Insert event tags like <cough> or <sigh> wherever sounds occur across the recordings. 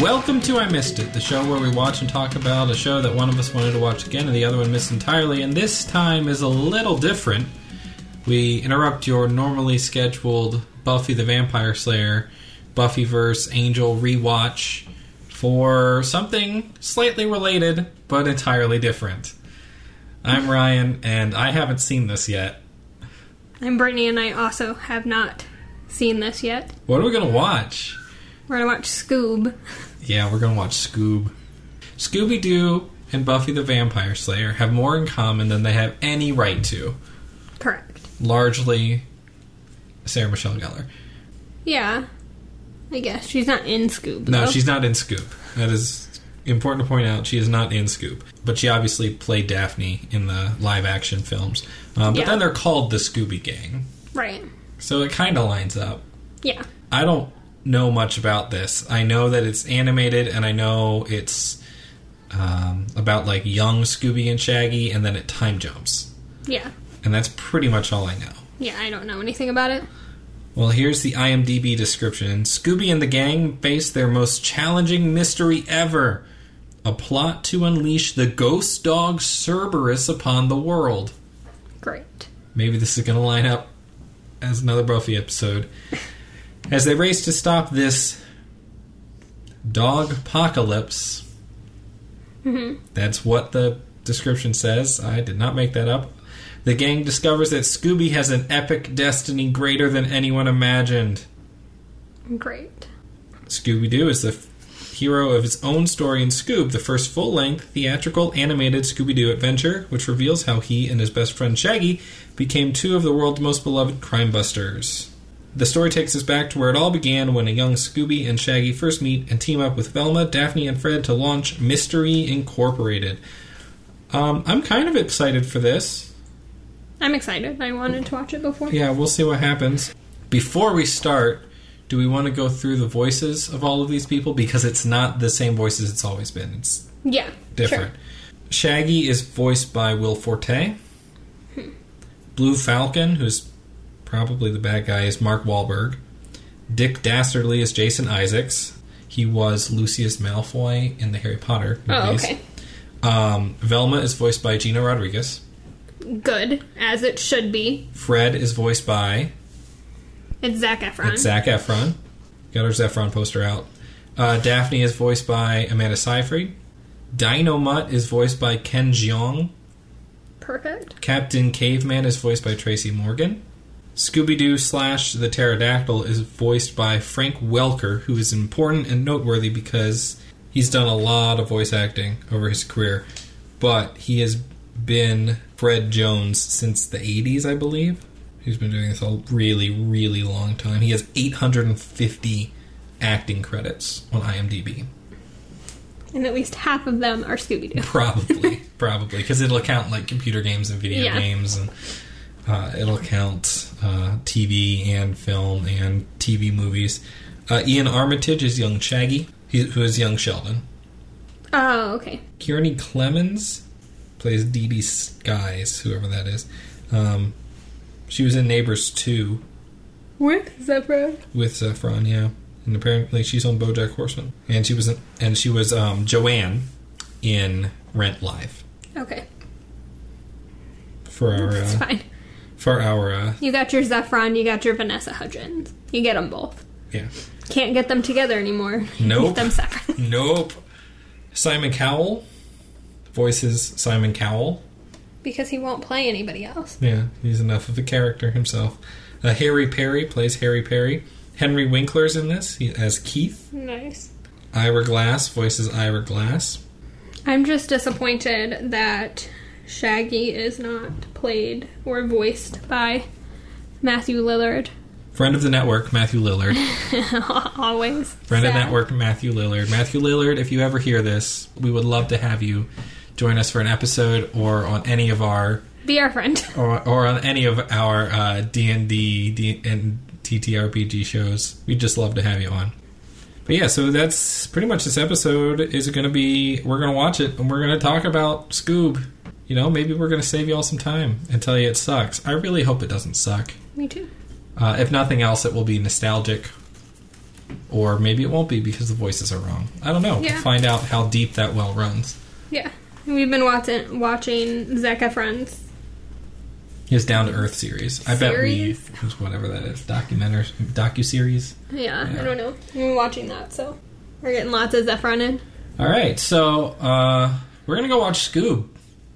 Welcome to I Missed It, the show where we watch and talk about a show that one of us wanted to watch again and the other one missed entirely, and this time is a little different. We interrupt your normally scheduled Buffy the Vampire Slayer, Buffyverse Angel rewatch for something slightly related but entirely different. I'm Ryan, and I haven't seen this yet. And Brittany and I also have not seen this yet. What are we going to watch? We're gonna watch Scoob. Yeah, we're gonna watch Scoob. Scooby Doo and Buffy the Vampire Slayer have more in common than they have any right to. Correct. Largely, Sarah Michelle Gellar. Yeah. I guess. She's not in Scoob. No, though. she's not in Scoop. That is important to point out. She is not in Scoop, but she obviously played Daphne in the live-action films. Um, but Yeah. then they're called the Scooby Gang, Right. so it kind of lines up. Yeah. I don't know much about this. I know that it's animated, and I know it's um, about like young Scooby and Shaggy, and then it time jumps, Yeah. and that's pretty much all I know. Yeah, I don't know anything about it. Well, here's the IMDb description. Scooby and the gang face their most challenging mystery ever a plot to unleash the ghost dog Cerberus upon the world. Great. Maybe this is going to line up as another Buffy episode. As they race to stop this dog apocalypse, that's what the description says. I did not make that up. The gang discovers that Scooby has an epic destiny greater than anyone imagined. Great. Scooby Doo is the f- hero of his own story in Scoob, the first full length theatrical animated Scooby Doo adventure, which reveals how he and his best friend Shaggy became two of the world's most beloved crime busters. The story takes us back to where it all began when a young Scooby and Shaggy first meet and team up with Velma, Daphne, and Fred to launch Mystery Incorporated. Um, I'm kind of excited for this. I'm excited. I wanted to watch it before. Yeah, we'll see what happens. Before we start, do we want to go through the voices of all of these people? Because it's not the same voices it's always been. It's Yeah, different. Sure. Shaggy is voiced by Will Forte. Hmm. Blue Falcon, who's probably the bad guy, is Mark Wahlberg. Dick Dastardly is Jason Isaacs. He was Lucius Malfoy in the Harry Potter Oh, movies. okay. Um, Velma is voiced by Gina Rodriguez. Good. As it should be. Fred is voiced by It's Zach Efron. It's Zach Efron. Got our Zefron poster out. Uh, Daphne is voiced by Amanda Seyfried. Dino Mutt is voiced by Ken Jeong. Perfect. Captain Caveman is voiced by Tracy Morgan. Scooby Doo slash the Pterodactyl is voiced by Frank Welker, who is important and noteworthy because he's done a lot of voice acting over his career, but he has been Fred Jones since the 80s, I believe. He's been doing this a really, really long time. He has 850 acting credits on IMDb. And at least half of them <laughs> are Scooby Doo. Probably, probably, because it'll count like computer games and video Yeah. games, and uh, it'll count uh, TV and film and TV movies. Uh, Ian Armitage is young Shaggy, he, who is young Sheldon. Oh, okay. Kearney Clemens plays Dee Dee Skies, whoever that is. Um, she was in Neighbors 2 With Zephyr. with Zephron, yeah, and apparently she's on BoJack Horseman, and she was in, and she was um, Joanne in Rent Live Okay. for our. Uh, It's fine. for our uh, You got your Zefron, you got your Vanessa Hudgens. You get them both. yeah Can't get them together anymore. <laughs> Nope. Get them <laughs> separate. nope simon cowell voices simon cowell because he won't play anybody else. yeah he's enough of a character himself uh, harry perry plays harry perry henry winkler's in this he, as keith Nice. ira glass voices ira glass I'm just disappointed that Shaggy is not played or voiced by Matthew Lillard. <laughs> friend of the network matthew lillard Always. friend of Sad. the network matthew lillard matthew lillard if you ever hear this we would love to have you join us for an episode or on any of our Be our friend. <laughs> or, or on any of our uh, D&D D- and TTRPG shows. We'd just love to have you on. But yeah, so that's pretty much this episode is going to be we're going to watch it and we're going to talk about Scoob. You know, maybe we're going to save you all some time and tell you it sucks. I really hope it doesn't suck. Me too. Uh, if nothing else, it will be nostalgic. Or maybe it won't be because the voices are wrong. I don't know. Yeah. Find out how deep that well runs. Yeah. We've been watching watching Zac Efron's His Down to Earth series. I bet we. Series? Whatever that is. Documentary. Docu series. Yeah, Yeah. I don't know. We've been watching that, so we're getting lots of Zephron in. All right, so uh, we're gonna go watch Scoob.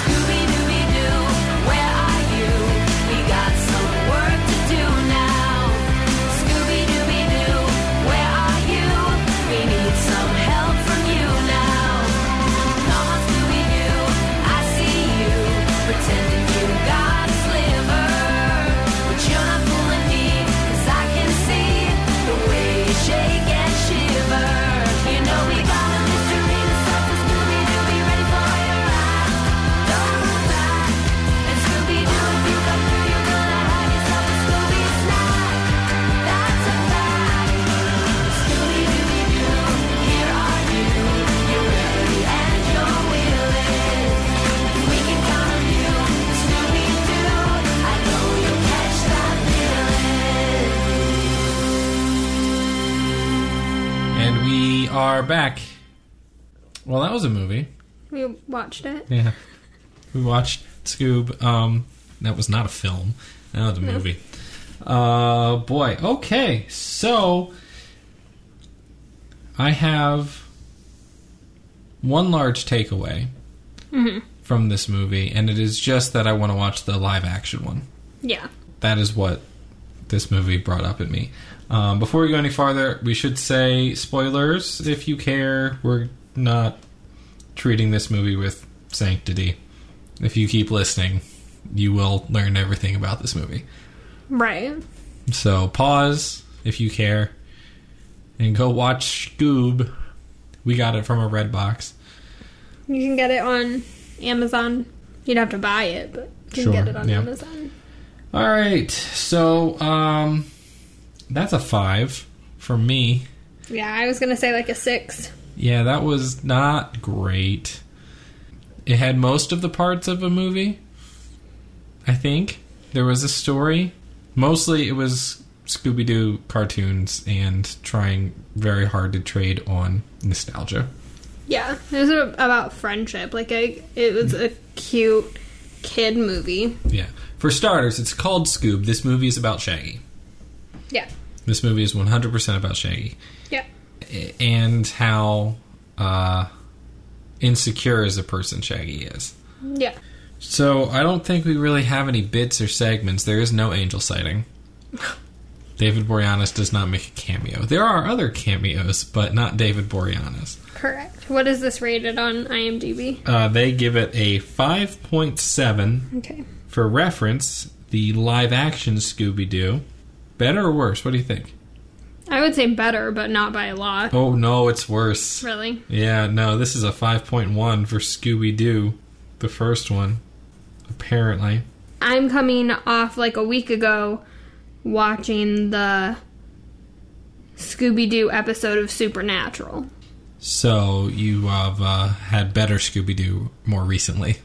Scooby Dooby Doo, where are you? We got some work to do now. Scooby Dooby Doo, where are you? We need some help from you now. Come on, Scooby Doo, I see you pretending you got a sliver, but you're not fooling me 'cause I can see the way you shake and shiver. You know we got a mystery to solve, so Scooby Doo, be ready for your ride. Don't look back. And Scooby-Doo, if you come through, you're gonna have yourself a Scooby snack. That's a fact. Scooby-Dooby-Doo, here are you. You're ready and you're willing. We can count on you, Scooby-Doo. I know you'll catch that feeling. And we are back. Well, that was a movie. We watched it. Yeah, we watched Scoob. Um, that was not a film. That was a movie. Uh, boy. Okay, so I have one large takeaway from this movie, and it is just that I want to watch the live action one. Yeah. that is what this movie brought up in me. Um, before we go any farther, we should say spoilers if you care. We're not treating this movie with sanctity. If you keep listening, you will learn everything about this movie. Right. So pause if you care and go watch Scoob. We got it from a red box. You can get it on Amazon. You'd have to buy it, but you can Sure, get it on yeah. Amazon. All right, so um, that's a five for me. Yeah, I was gonna say like a six. Yeah, that was not great. It had most of the parts of a movie, I think. There was a story. Mostly it was Scooby Doo cartoons and trying very hard to trade on nostalgia. Yeah, it was a- about friendship. Like I, it was a cute kid movie. Yeah. For starters, it's called Scoob. This movie is about Shaggy. Yeah, This movie is 100% about Shaggy. yeah, And how uh, insecure as a person Shaggy is. yeah. So I don't think we really have any bits or segments. There is no angel sighting. David Boreanaz does not make a cameo. There are other cameos, but not David Boreanaz. Correct. What is this rated on IMDb? Uh, they give it a 5.7. Okay. For reference, the live action Scooby Doo. Better or worse? What do you think? I would say better, but not by a lot. Oh no, it's worse. Really? Yeah, no, this is a 5.1 for Scooby Doo, the first one, apparently. I'm coming off like a week ago watching the Scooby Doo episode of Supernatural. So you have uh, had better Scooby Doo more recently.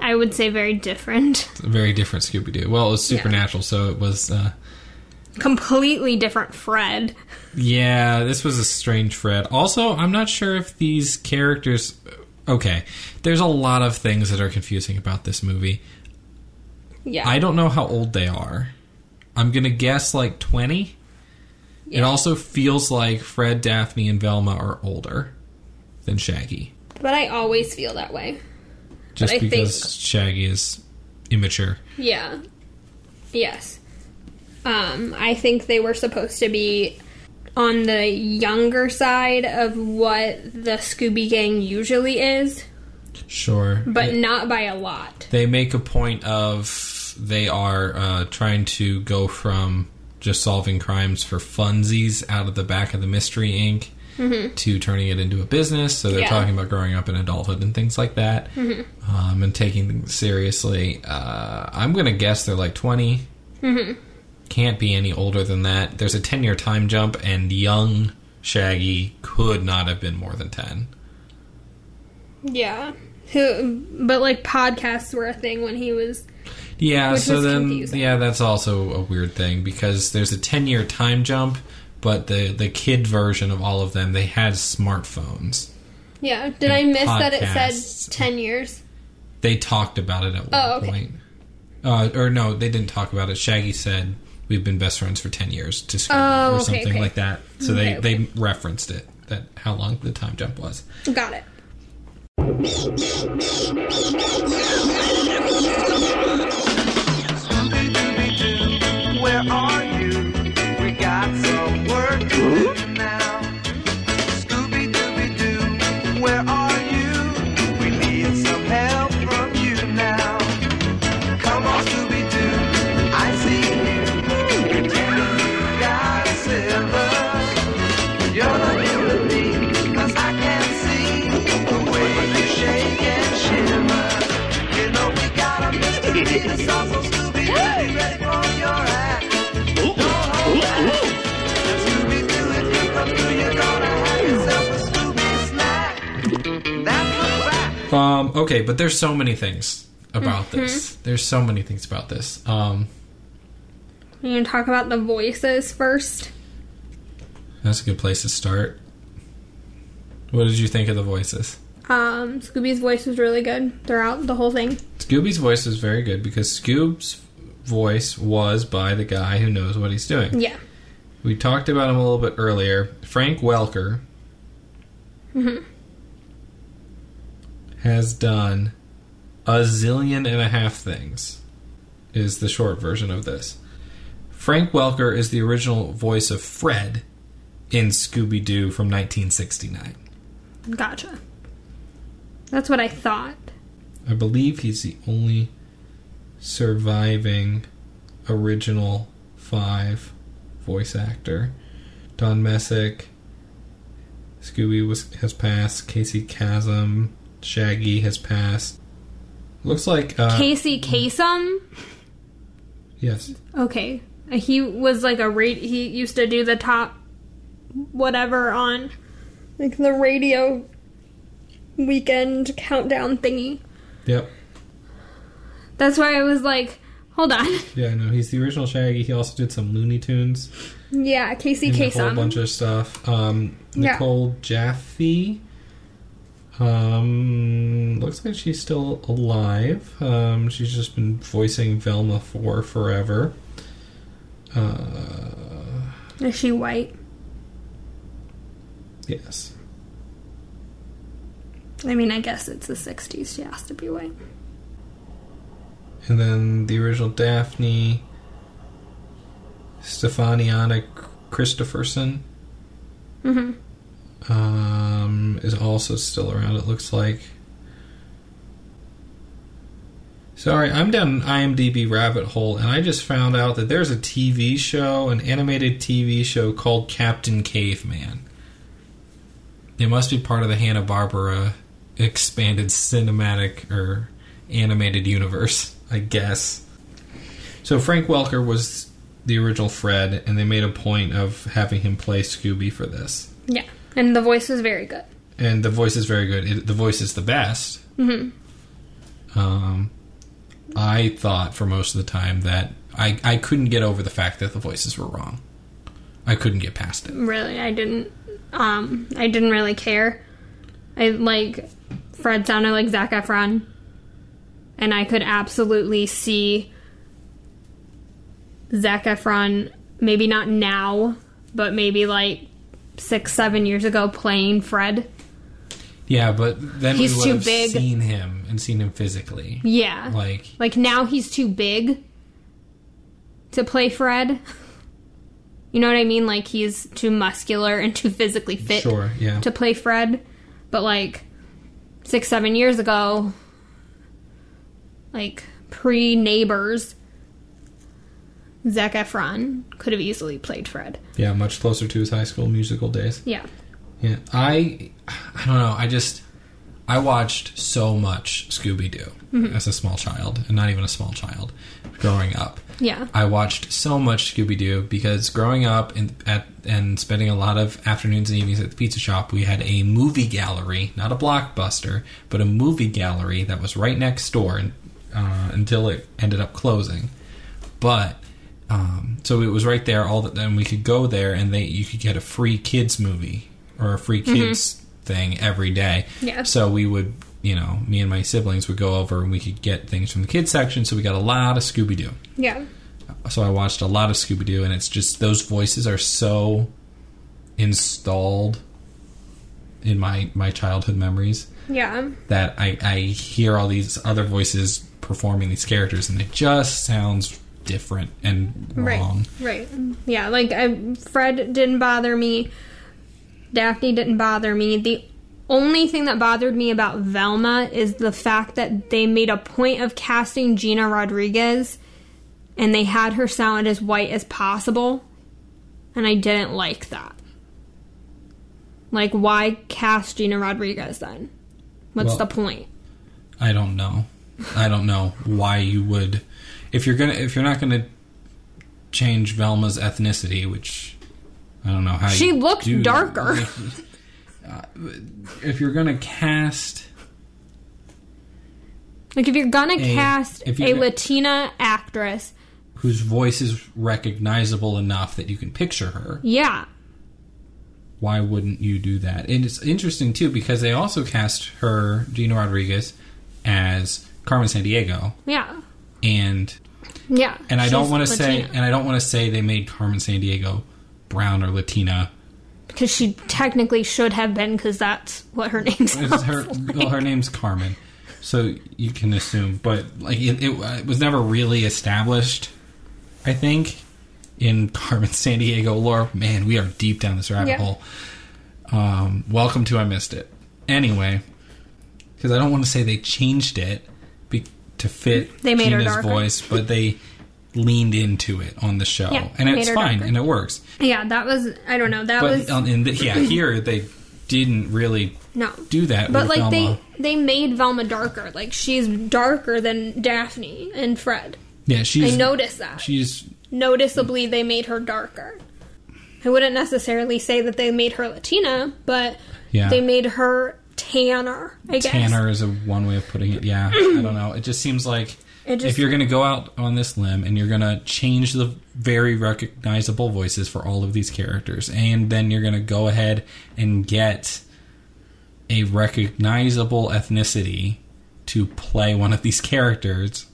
I would say very different. <laughs> a very different Scooby Doo. Well, it was supernatural, so it was. Uh, Completely different Fred. yeah, this was a strange Fred. Also, I'm not sure if these characters. Okay, there's a lot of things that are confusing about this movie. Yeah. I don't know how old they are. I'm gonna guess like 20. It Yeah. also feels like Fred, Daphne, and Velma are older than Shaggy, but I always feel that way. just I think- because Shaggy is immature. Yeah. Yes. Um, I think they were supposed to be on the younger side of what the Scooby Gang usually is, Sure, but It- not by a lot. they make a point of they are uh, trying to go from just solving crimes for funsies out of the back of the Mystery Inc. To turning it into a business, so they're Yeah. talking about growing up in adulthood and things like that, um, and taking things seriously. Uh, I'm gonna guess they're like 20. Can't be any older than that. There's a 10 year time jump, and young Shaggy could not have been more than 10. Yeah. Who, but like podcasts were a thing when he was. Yeah, Which so is then confusing. yeah, that's also a weird thing because there's a 10-year time jump, but the the kid version of all of them, they had smartphones. Yeah. Did I And miss that it podcasts. said 10 years? They talked about it at one Oh, okay. point. Uh, or no, they didn't talk about it. Shaggy said, "We've been best friends for 10 years" to Scooby Oh, or okay, something okay. like that. So they Okay, they referenced it that how long the time jump was. Got it. Scooby-Dooby-Doo, where are you? We got some work to do now. Scooby-Dooby-Doo, where are you? We need some help from you now. Come on, Scooby-Doo, I see you. Pretending you got a silver. You're the new me, 'cause I can see the way you shake and shiver. You know we got a mystery that's also Scooby-Doo, ready for your act. Don't hold back. Scooby-Doo, if you come through, you're gonna have yourself a Scooby snack. That's a fact. Um, okay, but there's so many things about Mm-hmm. this. There's so many things about this. Um, You can talk about the voices first. that's a good place to start. What did you think of the voices? Um, Scooby's voice was really good throughout the whole thing. Scooby's voice is very good because Scoob's voice was by the guy who knows what he's doing. Yeah. We talked about him a little bit earlier. Frank Welker has done a zillion and a half things, is the short version of this. Frank Welker is the original voice of Fred in Scooby Doo from 1969. Gotcha. That's what I thought. I believe he's the only surviving original five voice actor. Don Messick, Scooby was, has passed, Casey Chasm, Shaggy has passed. Looks like uh, Casey Kasem. yes, Okay. He was like a rate. He used to do the top whatever on like the radio weekend countdown thingy. yep, That's why I was like, hold on. <laughs> yeah, no, he's the original Shaggy. He also did some Looney Tunes Yeah, Casey and a whole Kasem. bunch of stuff. Um, Yeah. Nicole Jaffe. Um, looks like she's still alive. Um, she's just been voicing Velma for forever. Uh, Is she white? yes. I mean, I guess it's the 60s. She has to be white. And then the original Daphne, Stefaniana Christopherson, Mm-hmm. um, is also still around, it looks like. Sorry, I'm down an IMDb rabbit hole, and I just found out that there's a TV show, an animated TV show called Captain Caveman. It must be part of the Hanna Barbera expanded cinematic or animated universe, I guess. So Frank Welker was the original Fred, and they made a point of having him play Scooby for this. Yeah. And the voice was very good. And the voice is very good. It, the voice is the best. Mm-hmm. Um, I thought for most of the time that I, I couldn't get over the fact that the voices were wrong. I couldn't get past it. Really, I didn't. Um, I didn't really care. I like Fred sounded like Zac Efron, and I could absolutely see Zac Efron. Maybe not now, but maybe like six, seven years ago, playing Fred. Yeah, but then He's we would too have big. seen him and seen him physically. Yeah, like, Like now he's too big to play Fred. <laughs> You know what I mean? Like he's too muscular and too physically fit. sure, yeah. to play Fred, but like six, seven years ago, like pre neighbors, Zac Efron could have easily played Fred. Yeah, much closer to his high school musical days. Yeah. Yeah, I, I don't know. I just, I watched so much Scooby Doo Mm-hmm. as a small child, and not even a small child, growing up. Yeah. I watched so much Scooby Doo because growing up and at and spending a lot of afternoons and evenings at the pizza shop, we had a movie gallery, not a blockbuster, but a movie gallery that was right next door and, uh, until it ended up closing. But um, so it was right there. All that then we could go there and they you could get a free kids movie or a free kids thing every day. Mm-hmm. Yeah. So we would. You know, me and my siblings would go over and we could get things from the kids section, so we got a lot of Scooby Doo Yeah. so I watched a lot of Scooby Doo, and it's just those voices are so installed in my my childhood memories Yeah. that I I hear all these other voices performing these characters, and it just sounds different and wrong. Right. Right. Yeah. Like I, Fred didn't bother me. Daphne didn't bother me. The only thing that bothered me about Velma is the fact that they made a point of casting Gina Rodriguez, and they had her sound as white as possible, and I didn't like that. Like, why cast Gina Rodriguez then? What's Well- the point? I don't know. I don't know why you would if you're gonna if you're not gonna change Velma's ethnicity, which I don't know how She you looked do- Uh, darker. <laughs> If you're gonna cast Like, if you're gonna A- cast if a you're- Latina actress, whose voice is recognizable enough that you can picture her. yeah, Why wouldn't you do that? And it's interesting too because they also cast her Gina Rodriguez as Carmen Sandiego Yeah. and Yeah. and I don't she's want to say Latina. and I don't want to say they made Carmen Sandiego brown or Latina. because she technically should have been because that's what her <laughs> name It's sounds her like. well, her name's Carmen. So you can assume, but like it, it, uh, it was never really established, I think, in Carmen <laughs> Sandiego lore. Man, we are deep down this rabbit Yeah. hole. Um, welcome to I missed it. Anyway, because I don't want to say they changed it be- to fit They made her Gina's darker. voice, but they leaned into it on the show, Yeah, and made it's her fine darker. and it works. Yeah, that was I don't know that but was um, in the, yeah, here they didn't really no. do that. But with like Velma. they they made Velma darker. Like she's darker than Daphne and Fred. Yeah, she's I noticed that. she's Noticeably, they made her darker. I wouldn't necessarily say that they made her Latina, but Yeah. they made her tanner. I guess tanner is a one way of putting it. Yeah, I don't know. It just seems like It just- if you're going to go out on this limb and you're going to change the very recognizable voices for all of these characters, and then you're going to go ahead and get a recognizable ethnicity to play one of these characters.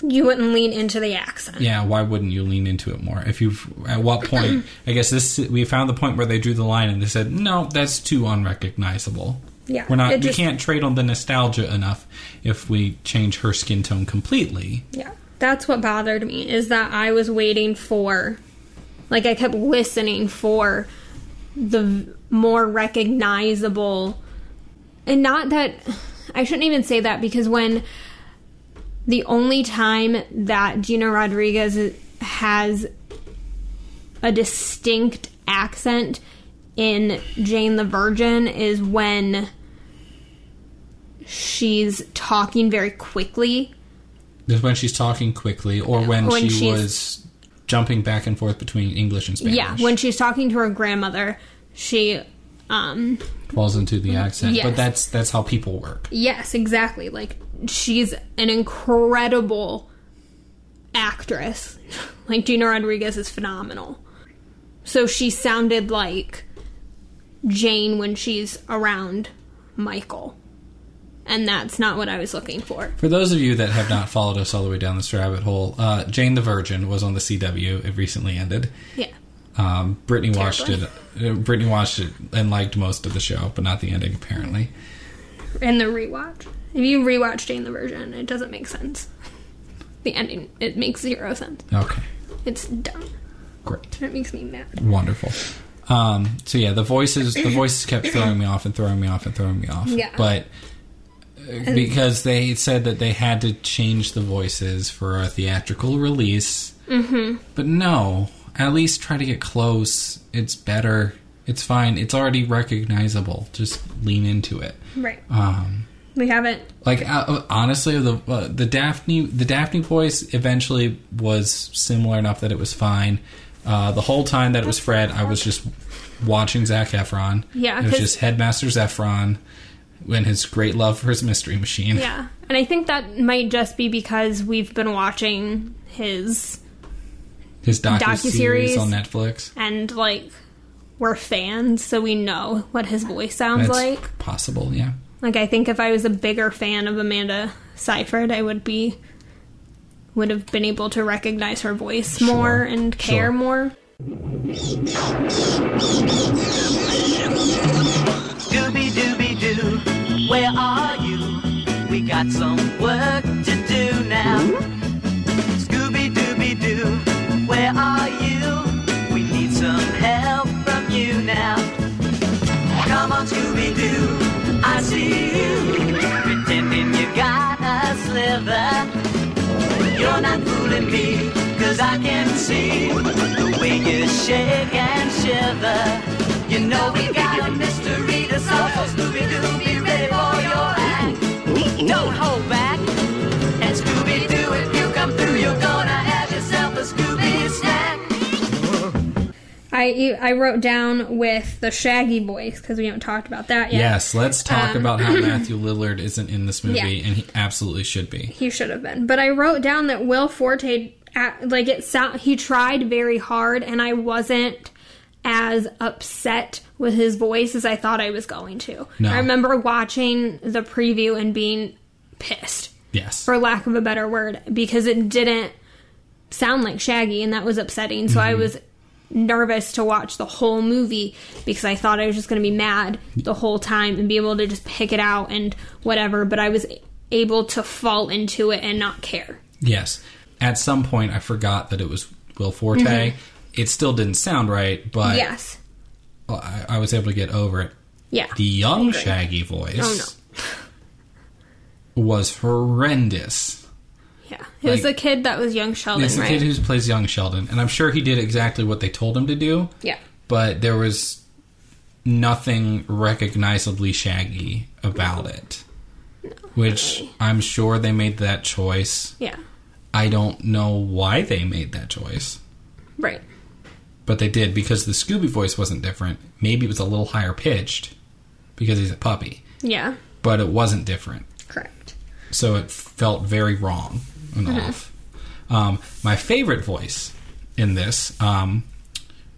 you wouldn't lean into the accent. Yeah, why wouldn't you lean into it more? If you, at what point? <clears throat> I guess this we found the point where they drew the line and they said, "No, that's too unrecognizable." Yeah, We're it not. just- we can't trade on the nostalgia enough if we change her skin tone completely. Yeah. That's what bothered me is that I was waiting for like I kept listening for the v- more recognizable and not that I shouldn't even say that because when the only time that Gina Rodriguez has a distinct accent in Jane the Virgin is when she's talking very quickly Just when she's talking quickly, or when, When she she's- was jumping back and forth between English and Spanish. Yeah, when she's talking to her grandmother, she um falls into the accent. Yes. But that's that's how people work. yes, exactly. Like she's an incredible actress. <laughs> Like Gina Rodriguez is phenomenal. So she sounded like Jane when she's around Michael. And that's not what I was looking for. For those of you that have not followed us all the way down this rabbit hole, uh, Jane the Virgin was on the CW. It recently ended. Yeah. Um, Brittany watched it. Terribly. uh, Brittany watched it and liked most of the show, but not the ending apparently. And the rewatch. If you rewatch Jane the Virgin, it doesn't make sense. <laughs> The ending, it makes zero sense. Okay, It's dumb. great, It makes me mad. wonderful. Um, <clears throat> so yeah, the voices the voices kept throwing me off and throwing me off and throwing me off. Yeah. But uh, because they said that they had to change the voices for a theatrical release. Mm-hmm. But no, at least try to get close. It's better. It's fine. It's already recognizable. Just lean into it. Right. Um, We haven't. like uh, honestly, the uh, the Daphne the Daphne voice eventually was similar enough that it was fine. Uh, the whole time that it was Fred, I was just watching Zach Efron. Yeah, it was 'cause- just Headmaster Efron and his great love for his mystery machine. Yeah. And I think that might just be because we've been watching his his docu Docuseries. series on Netflix. and like we're fans, so we know what his voice sounds That's like. possible, yeah. Like I think if I was a bigger fan of Amanda Seyfried, I would be would have been able to recognize her voice more and care sure. more. Scooby Dooby Doo, where are you? We got some work to do now. Scooby Dooby Doo, where are you? We need some help from you now. Come on, Scooby Doo, I see you. Pretending you got a sliver. You're not fooling me, cause I can see the way you shake and shiver. You know we got a mystery to solve, so Scooby Doo, be ready for your act. Don't hold back. And Scooby Doo, if you come through, you're gonna have yourself a Scooby snack. I I wrote down with the Shaggy voice because we haven't talked about that yet. Yes, let's talk Um, <clears throat> about how Matthew Lillard isn't in this movie, Yeah. and he absolutely should be. he should have been. But I wrote down that Will Forte, act- like it sound, he tried very hard, and I wasn't as upset with his voice as I thought I was going to. No. I remember watching the preview and being pissed, Yes. for lack of a better word, because it didn't sound like Shaggy, and that was upsetting. So I Mm-hmm. was nervous to watch the whole movie because I thought I was just going to be mad the whole time and be able to just pick it out and whatever, but I was able to fall into it and not care. Yes. At some point, I forgot that it was Will Forte. Mm-hmm. It still didn't sound right, but yes. I, I was able to get over it. Yeah. The young Shaggy voice Oh, was horrendous. Yeah. It was Like- the kid that was young Sheldon, It's the Oh, right? kid who plays young Sheldon, and I'm sure he did exactly what they told him to do, yeah. but there was nothing recognizably Shaggy about it. Which I'm sure they made that choice. Yeah. I don't know why they made that choice. Right. But they did because the Scooby voice wasn't different. Maybe it was a little higher pitched because he's a puppy, Yeah. but it wasn't different. Correct. So it felt very wrong and Mm-hmm. off. Um, my favorite voice in this um,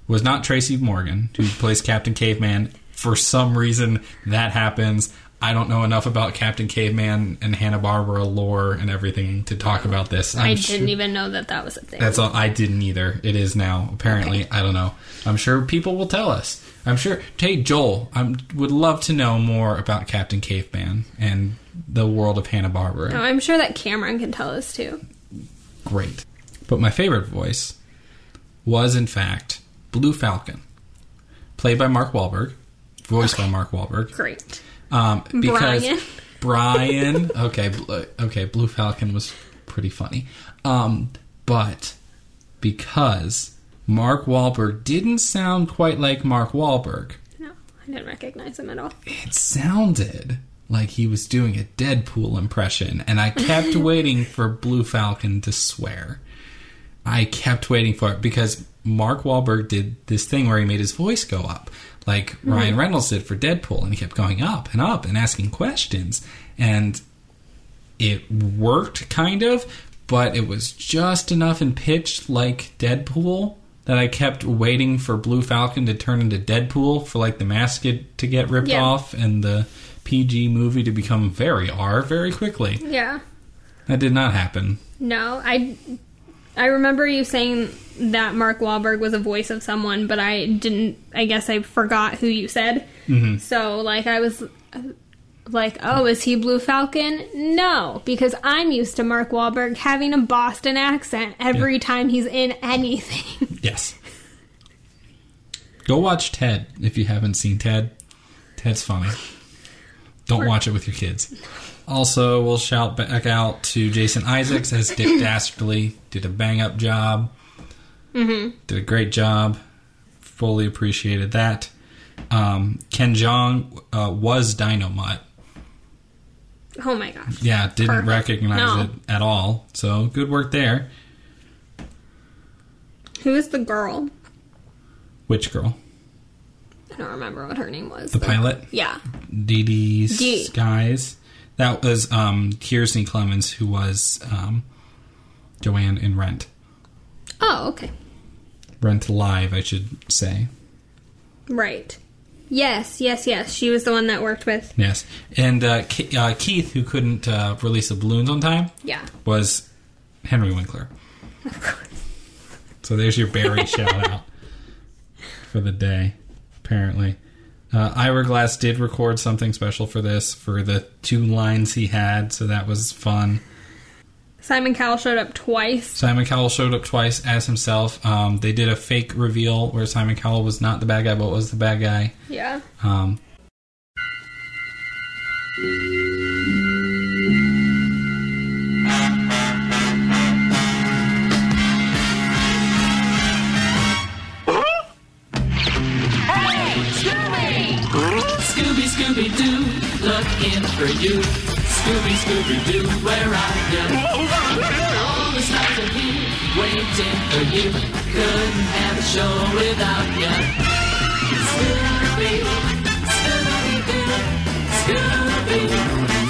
was not Tracy Morgan, who plays Captain Caveman. For some reason, that happens. I don't know enough about Captain Caveman and Hanna Barbera lore and everything to talk about this. I'm I sure- didn't even know that that was a thing. that's all. I didn't either. It is now. Apparently, I don't know. I'm sure people will tell us. I'm sure. Hey, Joel, I would love to know more about Captain Caveman and the world of Hanna Barbera. Oh, I'm sure that Cameron can tell us too. Great. But my favorite voice was, in fact, Blue Falcon, played by Mark Wahlberg, voiced by Mark Wahlberg. Great. Um, because Brian. Brian, okay, bl- uh, okay, Blue Falcon was pretty funny, um, but because Mark Wahlberg didn't sound quite like Mark Wahlberg, No, I didn't recognize him at all. it sounded like he was doing a Deadpool impression, and I kept waiting for Blue Falcon to swear. I kept waiting for it because Mark Wahlberg did this thing where he made his voice go up, like Ryan Reynolds did for Deadpool, and he kept going up and up and asking questions, and it worked kind of, but it was just enough in pitch like Deadpool that I kept waiting for Blue Falcon to turn into Deadpool for like the mask get- to get ripped Yeah. off and the PG movie to become very R very quickly. Yeah. That did not happen. No, I I remember you saying that Mark Wahlberg was a voice of someone, but I didn't. I guess I forgot who you said. Mm-hmm. So like I was uh, like, oh, is he Blue Falcon? No, because I'm used to Mark Wahlberg having a Boston accent every Yeah. time he's in anything. <laughs> Yes. Go watch Ted if you haven't seen Ted. Ted's funny. Don't watch it with your kids. Also, we'll shout back out to Jason Isaacs as <laughs> Dick Dastardly. Did a bang up job. Mm-hmm. Did a great job. Fully appreciated that. Um, Ken Jong uh, was Dynamite. Oh my gosh. Yeah, didn't Perfect. recognize No. it at all. So good work there. Who is the girl? Witch Girl, I don't remember what her name was. the pilot, Yeah. Dee Dee Dee. Skies. That was um, Kirsten Clemens, who was um, Joanne in Rent. Oh, okay. Rent Live, I should say. Right. Yes, yes, yes. She was the one that worked with. Yes. And uh, Ke- uh, Keith, who couldn't uh, release the balloons on time, Yeah. was Henry Winkler. Of course. So there's your <laughs> Barry shout out for the day, apparently. Uh, Ira Glass did record something special for this for the two lines he had, so that was fun. Simon Cowell showed up twice. Simon Cowell showed up twice as himself. Um, they did a fake reveal where Simon Cowell was not the bad guy, but was the bad guy. Yeah. Um, Scooby, Scooby Doo, looking for you. Scooby, Scooby Doo, where are you? All the stars are here, waiting for you. Couldn't have a show without you. Scooby, Scooby Doo, Scooby,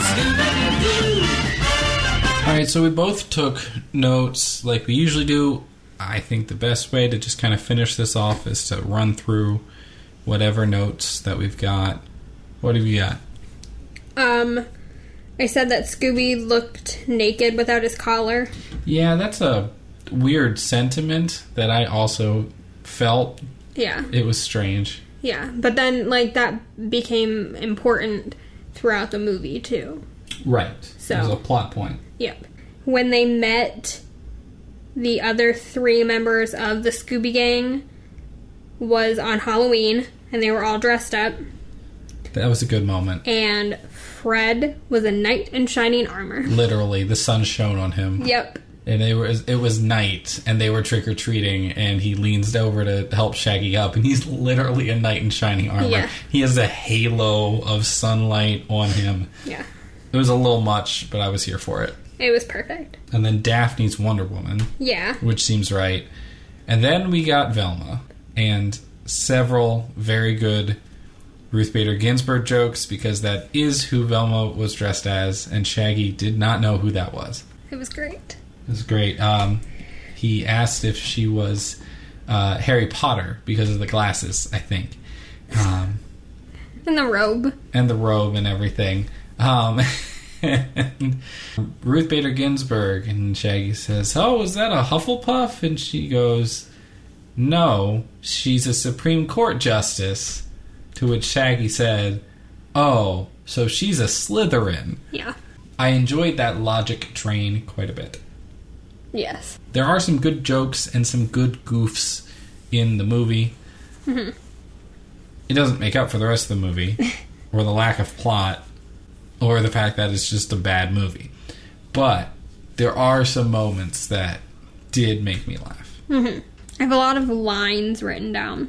Scooby Doo. All right, so we both took notes like we usually do. I think the best way to just kind of finish this off is to run through whatever notes that we've got. What have you got? Um, I said that Scooby looked naked without his collar. Yeah, that's a weird sentiment that I also felt. Yeah. It was strange. Yeah. But then, like, that became important throughout the movie, too. Right. So- it was a plot point. Yep. When they met, the other three members of the Scooby Gang was on Halloween, and they were all dressed up. That was a good moment. And Fred was a knight in shining armor. <laughs> Literally, the sun shone on him. Yep. and they were it was night and they were trick-or-treating and he leans over to help shaggy up and he's literally a knight in shining armor Yeah. he has a halo of sunlight on him Yeah. it was a little much but i was here for it It was perfect. and then daphne's wonder woman Yeah. which seems right and then we got velma and several very good ruth bader ginsburg jokes because that is who velma was dressed as and shaggy did not know who that was It was great. it was great. Um, he asked if she was uh, Harry Potter because of the glasses, I think, um, And the robe. and the robe and everything. Um, <laughs> and Ruth Bader Ginsburg and Shaggy says, "Oh, is that a Hufflepuff?" And she goes, "No, she's a Supreme Court justice." To which Shaggy said, "Oh, so she's a Slytherin." Yeah. I enjoyed that logic train quite a bit. Yes. there are some good jokes and some good goofs in the movie. It doesn't make up for the rest of the movie, or the lack of plot, or the fact that it's just a bad movie. But there are some moments that did make me laugh. I have a lot of lines written down.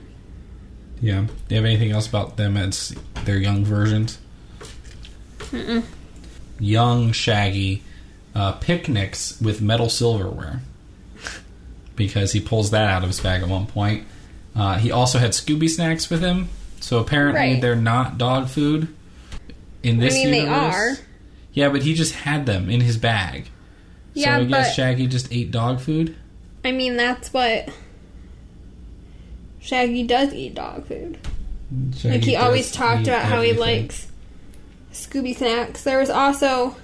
Yeah. Do you have anything else about them as their young versions? Young Shaggy uh, picnics with metal silverware because he pulls that out of his bag at one point. Uh, he also had Scooby snacks with him, so apparently Right. they're not dog food in this mean, they universe. are. Yeah, but he just had them in his bag. Yeah, so I guess but- Shaggy just ate dog food. I mean, that's what Shaggy does eat dog food. Like, he always talked about how he likes Scooby snacks. There was also.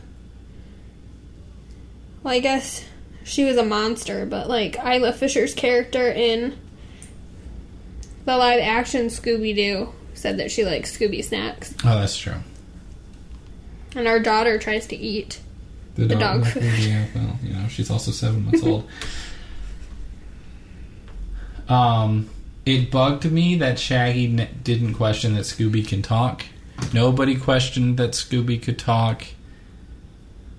Well, I guess she was a monster, but, like, Isla Fisher's character in the live action Scooby Doo said that she likes Scooby snacks. Oh, that's true. And our daughter tries to eat. The dog like, food. <laughs> Yeah, well, you know, she's also seven months old. Um, it bugged me that Shaggy n- didn't question that Scooby can talk Nobody questioned that Scooby could talk.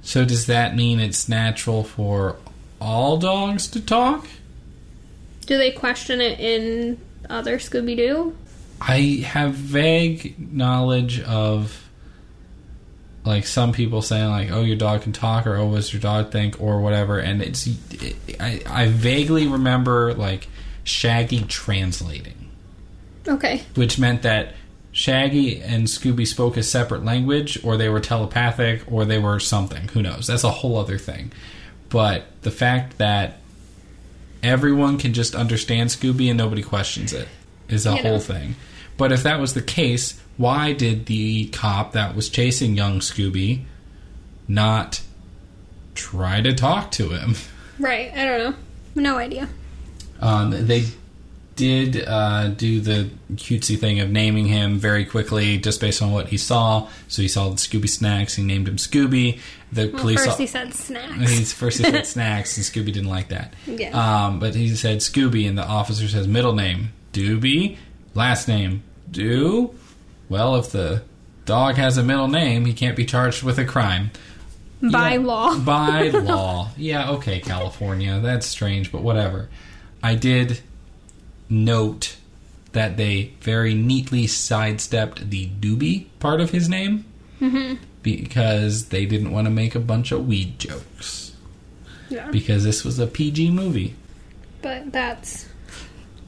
So does that mean it's natural for all dogs to talk? Do they question it in other Scooby Doo? I have vague knowledge of like some people saying like oh your dog can talk or oh what does your dog think or whatever and it's it, I, I vaguely remember like Shaggy translating Okay. which meant that Shaggy and Scooby spoke a separate language or they were telepathic or they were something who knows that's a whole other thing but the fact that everyone can just understand Scooby and nobody questions it is a You know. whole thing. But if that was the case, why did the cop that was chasing young Scooby not try to talk to him? <laughs> Right. I don't know. No idea. Um, they did uh, do the cutesy thing of naming him very quickly just based on what he saw. So he saw the Scooby snacks, he named him Scooby. The Well, police first o- <laughs> he said snacks. He's first he <laughs> said snacks, and Scooby didn't like that. Yeah. Um, but he said Scooby, and the officer says middle name Doobie, last name Do. Well, if the dog has a middle name, he can't be charged with a crime By Yeah. law. By law. Yeah. Okay, California. That's strange, but whatever. I did note that they very neatly sidestepped the Doobie part of his name because they didn't want to make a bunch of weed jokes yeah. because this was a PG movie. But that's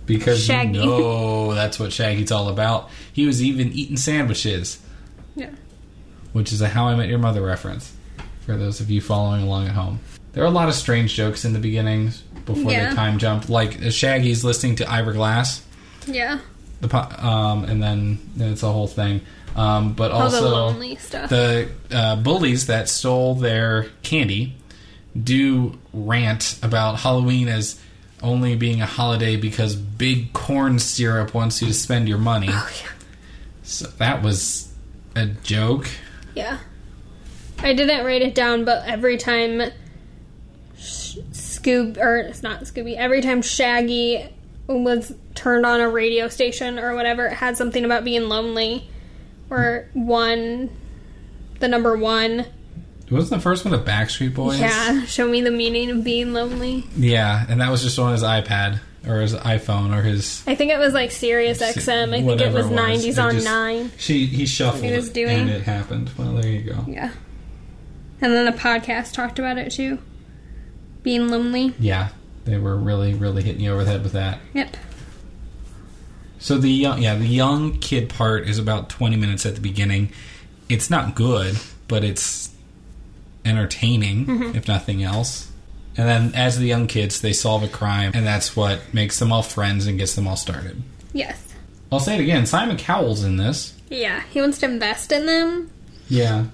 Because Shaggy. you <laughs> know that's what Shaggy's all about. He was even eating sandwiches, yeah. which is a How I Met Your Mother reference for those of you following along at home. There are a lot of strange jokes in the beginnings before Yeah. they time jumped, like uh, Shaggy's listening to Ivor Glass, Yeah. the po- um, and then then it's a whole thing. Um, but All the also lonely stuff. the uh, bullies that stole their candy do rant about Halloween as only being a holiday because big corn syrup wants you to spend your money. Oh, So that was a joke. yeah. I didn't write it down, but every time Sh- Scoob or it's not Scooby. Every time Shaggy was turned on a radio station or whatever, it had something about being lonely. Or one, the number one. Wasn't the first one the Backstreet Boys? Yeah, show me the meaning of being lonely. Yeah, and that was just on his iPad or his iPhone or his I think it was like Sirius XM. I think it whatever was, 90s It on just- 9. She he shuffled He was it doing- and it happened. Well, there you go. Yeah. And then the podcast talked about it too. Being lonely. Yeah, they were really really hitting you over the head with that. Yep. So the young, yeah, the young kid part is about twenty minutes at the beginning. It's not good, but it's entertaining, if nothing else. And then, as the young kids, they solve a crime, and that's what makes them all friends and gets them all started. Yes. I'll say it again: Simon Cowell's in this. Yeah. He wants to invest in them. Yeah,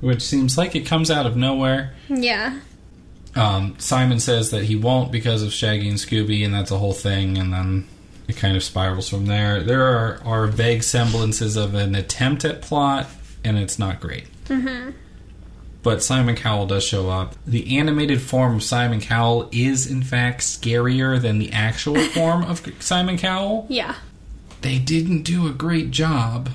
which seems like it comes out of nowhere. Yeah. Um, Simon says that he won't because of Shaggy and Scooby, and that's a whole thing, and then it kind of spirals from there. There are, are vague semblances of an attempt at plot, and it's not great. Mm-hmm. But Simon Cowell does show up. The animated form of Simon Cowell is, in fact, scarier than the actual form of Simon Cowell. Yeah. They didn't do a great job.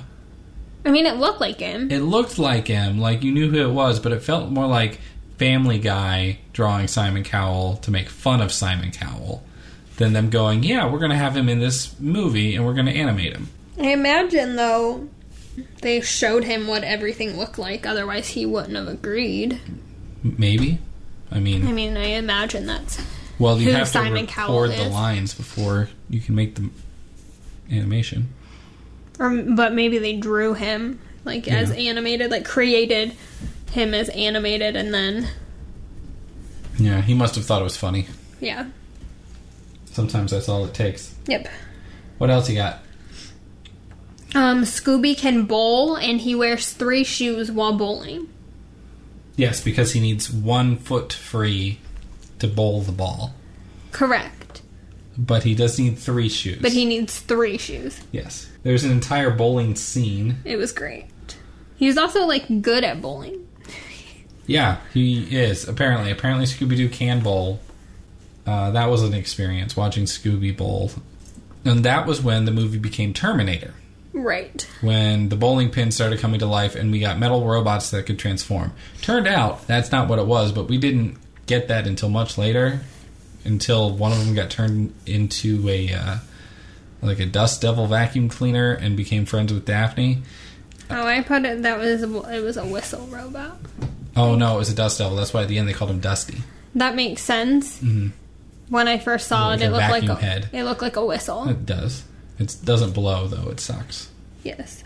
I mean, it looked like him. It looked like him, like you knew who it was, but it felt more like Family Guy drawing Simon Cowell to make fun of Simon Cowell than them going, yeah, we're going to have him in this movie and we're going to animate him. I imagine, though, they showed him what everything looked like, otherwise, he wouldn't have agreed. M- Maybe. I I mean, mean, I imagine that's. well, you Hmm. who have to Simon Cowell record the is. lines before you can make the animation. Or, but maybe they drew him, like, as animated, like, created him as animated, and then. Yeah, he must have thought it was funny. Yeah. Sometimes that's all it takes. Yep. What else you got? Um, Scooby can bowl, and he wears three shoes while bowling. Yes, because he needs one foot free to bowl the ball. Correct. But he does need three shoes. But he needs three shoes. Yes. There's an entire bowling scene. It was great. He was also, like, good at bowling. Yeah, he is. Apparently. Apparently, Scooby Doo can bowl. Uh, that was an experience watching Scooby Bowl. And that was when the movie became Terminator. Right. when the bowling pins started coming to life and we got metal robots that could transform. Turned out that's not what it was, but we didn't get that until much later, until one of them got turned into a uh, like a dust devil vacuum cleaner and became friends with Daphne. How Oh, I put it, that was it was a whistle robot. Oh no, it was a dust devil. That's why at the end they called him Dusty. That makes sense. When I first saw Mm-hmm. Like it, it a looked like vacuum a, head. Uh, it looked like a whistle. It does. It doesn't blow though. It sucks. Yes.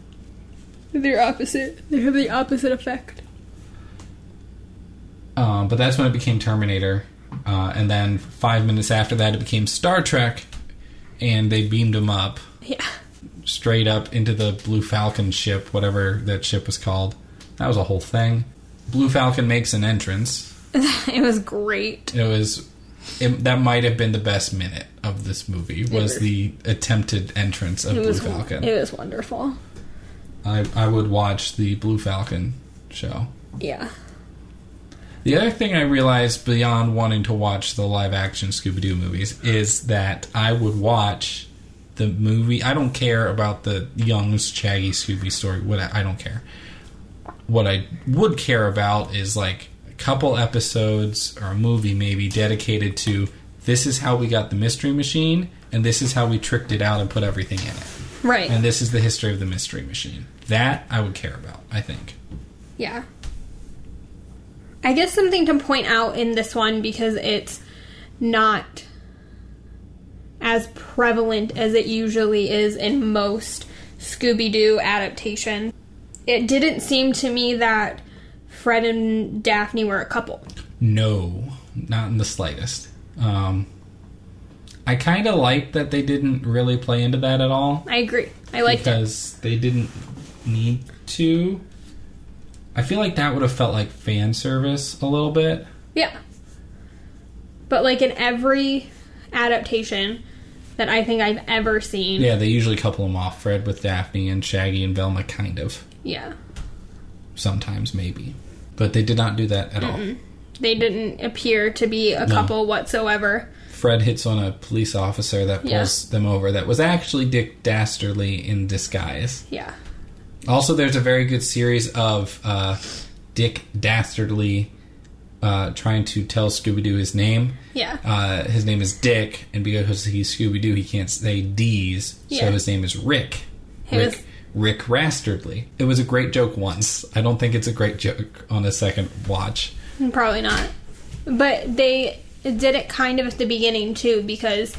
They're opposite. They have the opposite effect. Um, but that's when it became Terminator. Uh, and then five minutes after that, it became Star Trek, and they beamed him up. Yeah. <laughs> straight up into the Blue Falcon ship, whatever that ship was called. That was a whole thing. Blue Falcon makes an entrance. It was great. It was it, that might have been the best minute of this movie was the attempted entrance of It Blue was Falcon. it was wonderful. I I would watch the Blue Falcon show. Yeah. The other thing I realized beyond wanting to watch the live action Scooby Doo movies is that I would watch the movie. I don't care about the Young's Shaggy Scooby story. What I, I don't care. What I would care about is like a couple episodes or a movie maybe dedicated to this is how we got the mystery machine and this is how we tricked it out and put everything in it. Right. And this is the history of the mystery machine. That I would care about, I think. Yeah. I guess something to point out in this one because it's not as prevalent as it usually is in most Scooby Doo adaptations. It didn't seem to me that Fred and Daphne were a couple. No, not in the slightest. Um, I kind of like that they didn't really play into that at all I agree. I liked it. because they didn't need to. I feel like that would have felt like fan service a little bit. Yeah. But like in every adaptation that I think I've ever seen, Yeah, they usually couple them off Fred with Daphne and Shaggy and Velma, kind of. yeah. Sometimes, maybe. But they did not do that at all. they didn't appear to be a No. couple whatsoever. Fred hits on a police officer that Yeah. pulls them over, that was actually Dick Dastardly in disguise. Yeah. Also, there's a very good series of uh, Dick Dastardly uh, trying to tell Scooby Doo his name. Yeah. Uh, his name is Dick, and because he's Scooby Doo, he can't say D's, so Yeah. his name is Rick. He Rick, was- Rick Rastardly. It was a great joke once. I don't think it's a great joke on a second watch. Probably not. But they did it kind of at the beginning too because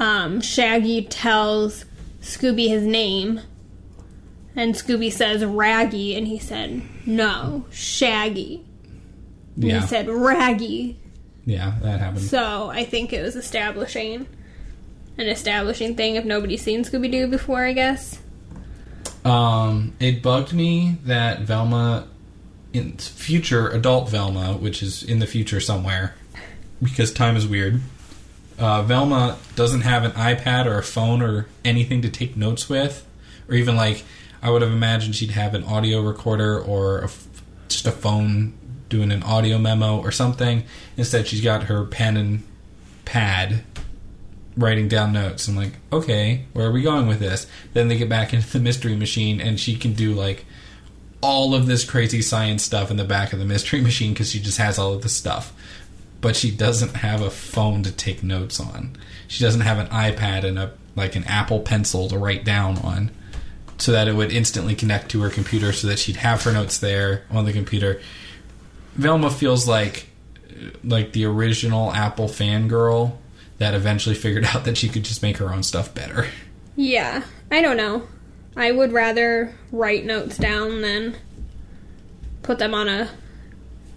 um, Shaggy tells Scooby his name and Scooby says Raggy and he said, No, Shaggy. And Yeah, He said Raggy. yeah, that happened. So I think it was establishing an establishing thing if nobody's seen Scooby Doo before, I guess. Um, it bugged me that Velma, in future adult Velma, which is in the future somewhere, because time is weird. Uh, Velma doesn't have an iPad or a phone or anything to take notes with, or even like I would have imagined she'd have an audio recorder or a f just a phone doing an audio memo or something. Instead, she's got her pen and pad writing down notes. I'm like, okay, where are we going with this? Then they get back <laughs> into the mystery machine, and she can do like all of this crazy science stuff in the back of the mystery <laughs> machine because she just has all of this stuff. But she doesn't have a phone to take notes on. She doesn't have an iPad and a like an Apple Pencil to write down on, so that it would instantly connect to her computer, so that she'd have her notes there on the computer. Velma feels like like the original Apple fangirl that eventually figured <laughs> out that she could just make her own stuff better. Yeah, I don't know. I would rather write notes down than put them on a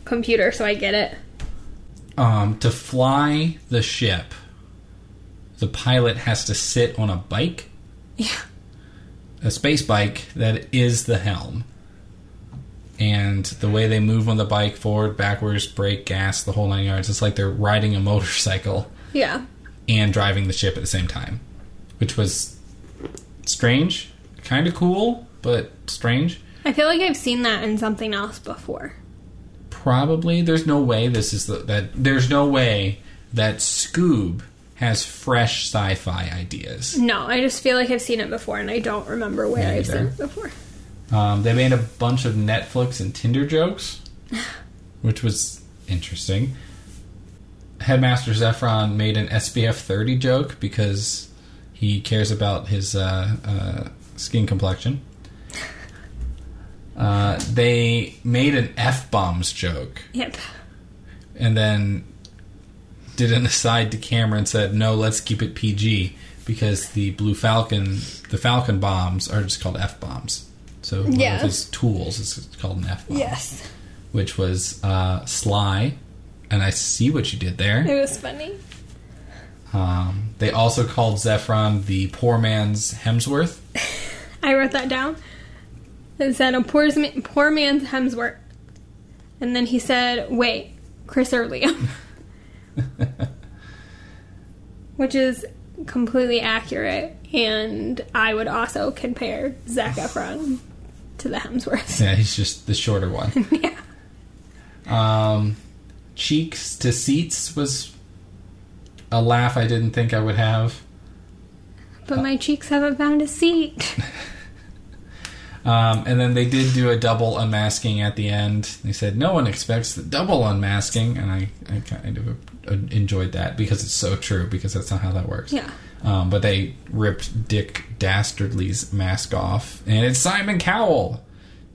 computer so I get it. Um, to fly the ship, the pilot has to sit on a bike, Yeah. a space bike that is the helm. And the way they move on the bike forward, backwards, brake, gas, the whole nine yards, it's like they're riding a <laughs> motorcycle Yeah. and driving the ship at the same time, which was strange, kind of cool, but strange. I feel like I've seen that in something else before. probably there's no way this is the, that there's no way that Scoob has fresh sci-fi ideas. No, I just feel like I've seen it before and I don't remember where Me I've seen either. it before. Um, they made a bunch of Netflix and Tinder jokes, which was interesting. Headmaster Zephron made an SPF 30 joke because he cares about his uh, uh, skin complexion. Uh, they made an F bombs joke Yep. and then did an aside to camera and said, "No, let's keep it PG because the Blue Falcon, the Falcon bombs are just called F bombs. So one Yeah. of his tools is called an F bomb, Yes. which was uh, sly. And I see what you did there. It was funny. Um, they also called Zephron the poor man's Hemsworth. I wrote that down. It said a poor, ma- poor man's Hemsworth. And then he said, wait, Chris or Liam. <laughs> Which is completely accurate. And I would also compare Zac Efron to <laughs> the Hemsworths. Yeah, he's just the shorter one. <laughs> yeah. Um, cheeks to seats was a laugh I didn't think I would have. But my cheeks haven't found a seat. Um, and then they did do a double unmasking at the end. They said no one expects the double unmasking, and I, I kind of uh, enjoyed that because it's so true. Because that's not how that works. Yeah. Um, but they ripped Dick Dastardly's mask off, and it's Simon Cowell.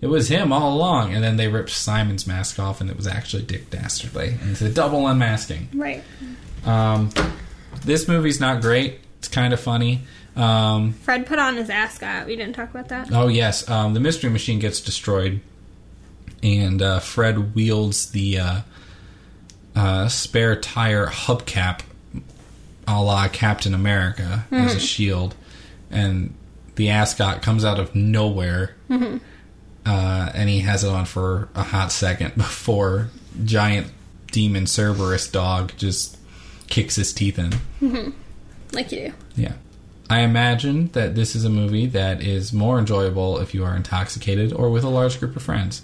It was him all along, and then they ripped Simon's mask off, and it was actually Dick Dastardly. And it's a double unmasking. Right. Um, this movie's not great. It's kind of funny. Um, Fred put on his ascot. We didn't talk about that. Oh yes, um, the mystery machine gets destroyed, and uh, Fred wields the uh, uh, spare tire hubcap, a la Captain America, as a shield, and the ascot comes out of nowhere, uh, and he has it on for a hot second <laughs> before giant demon Cerberus dog just kicks his teeth in. Like you do. Yeah. I imagine that this is a movie that is more enjoyable if you are intoxicated or with a large group of friends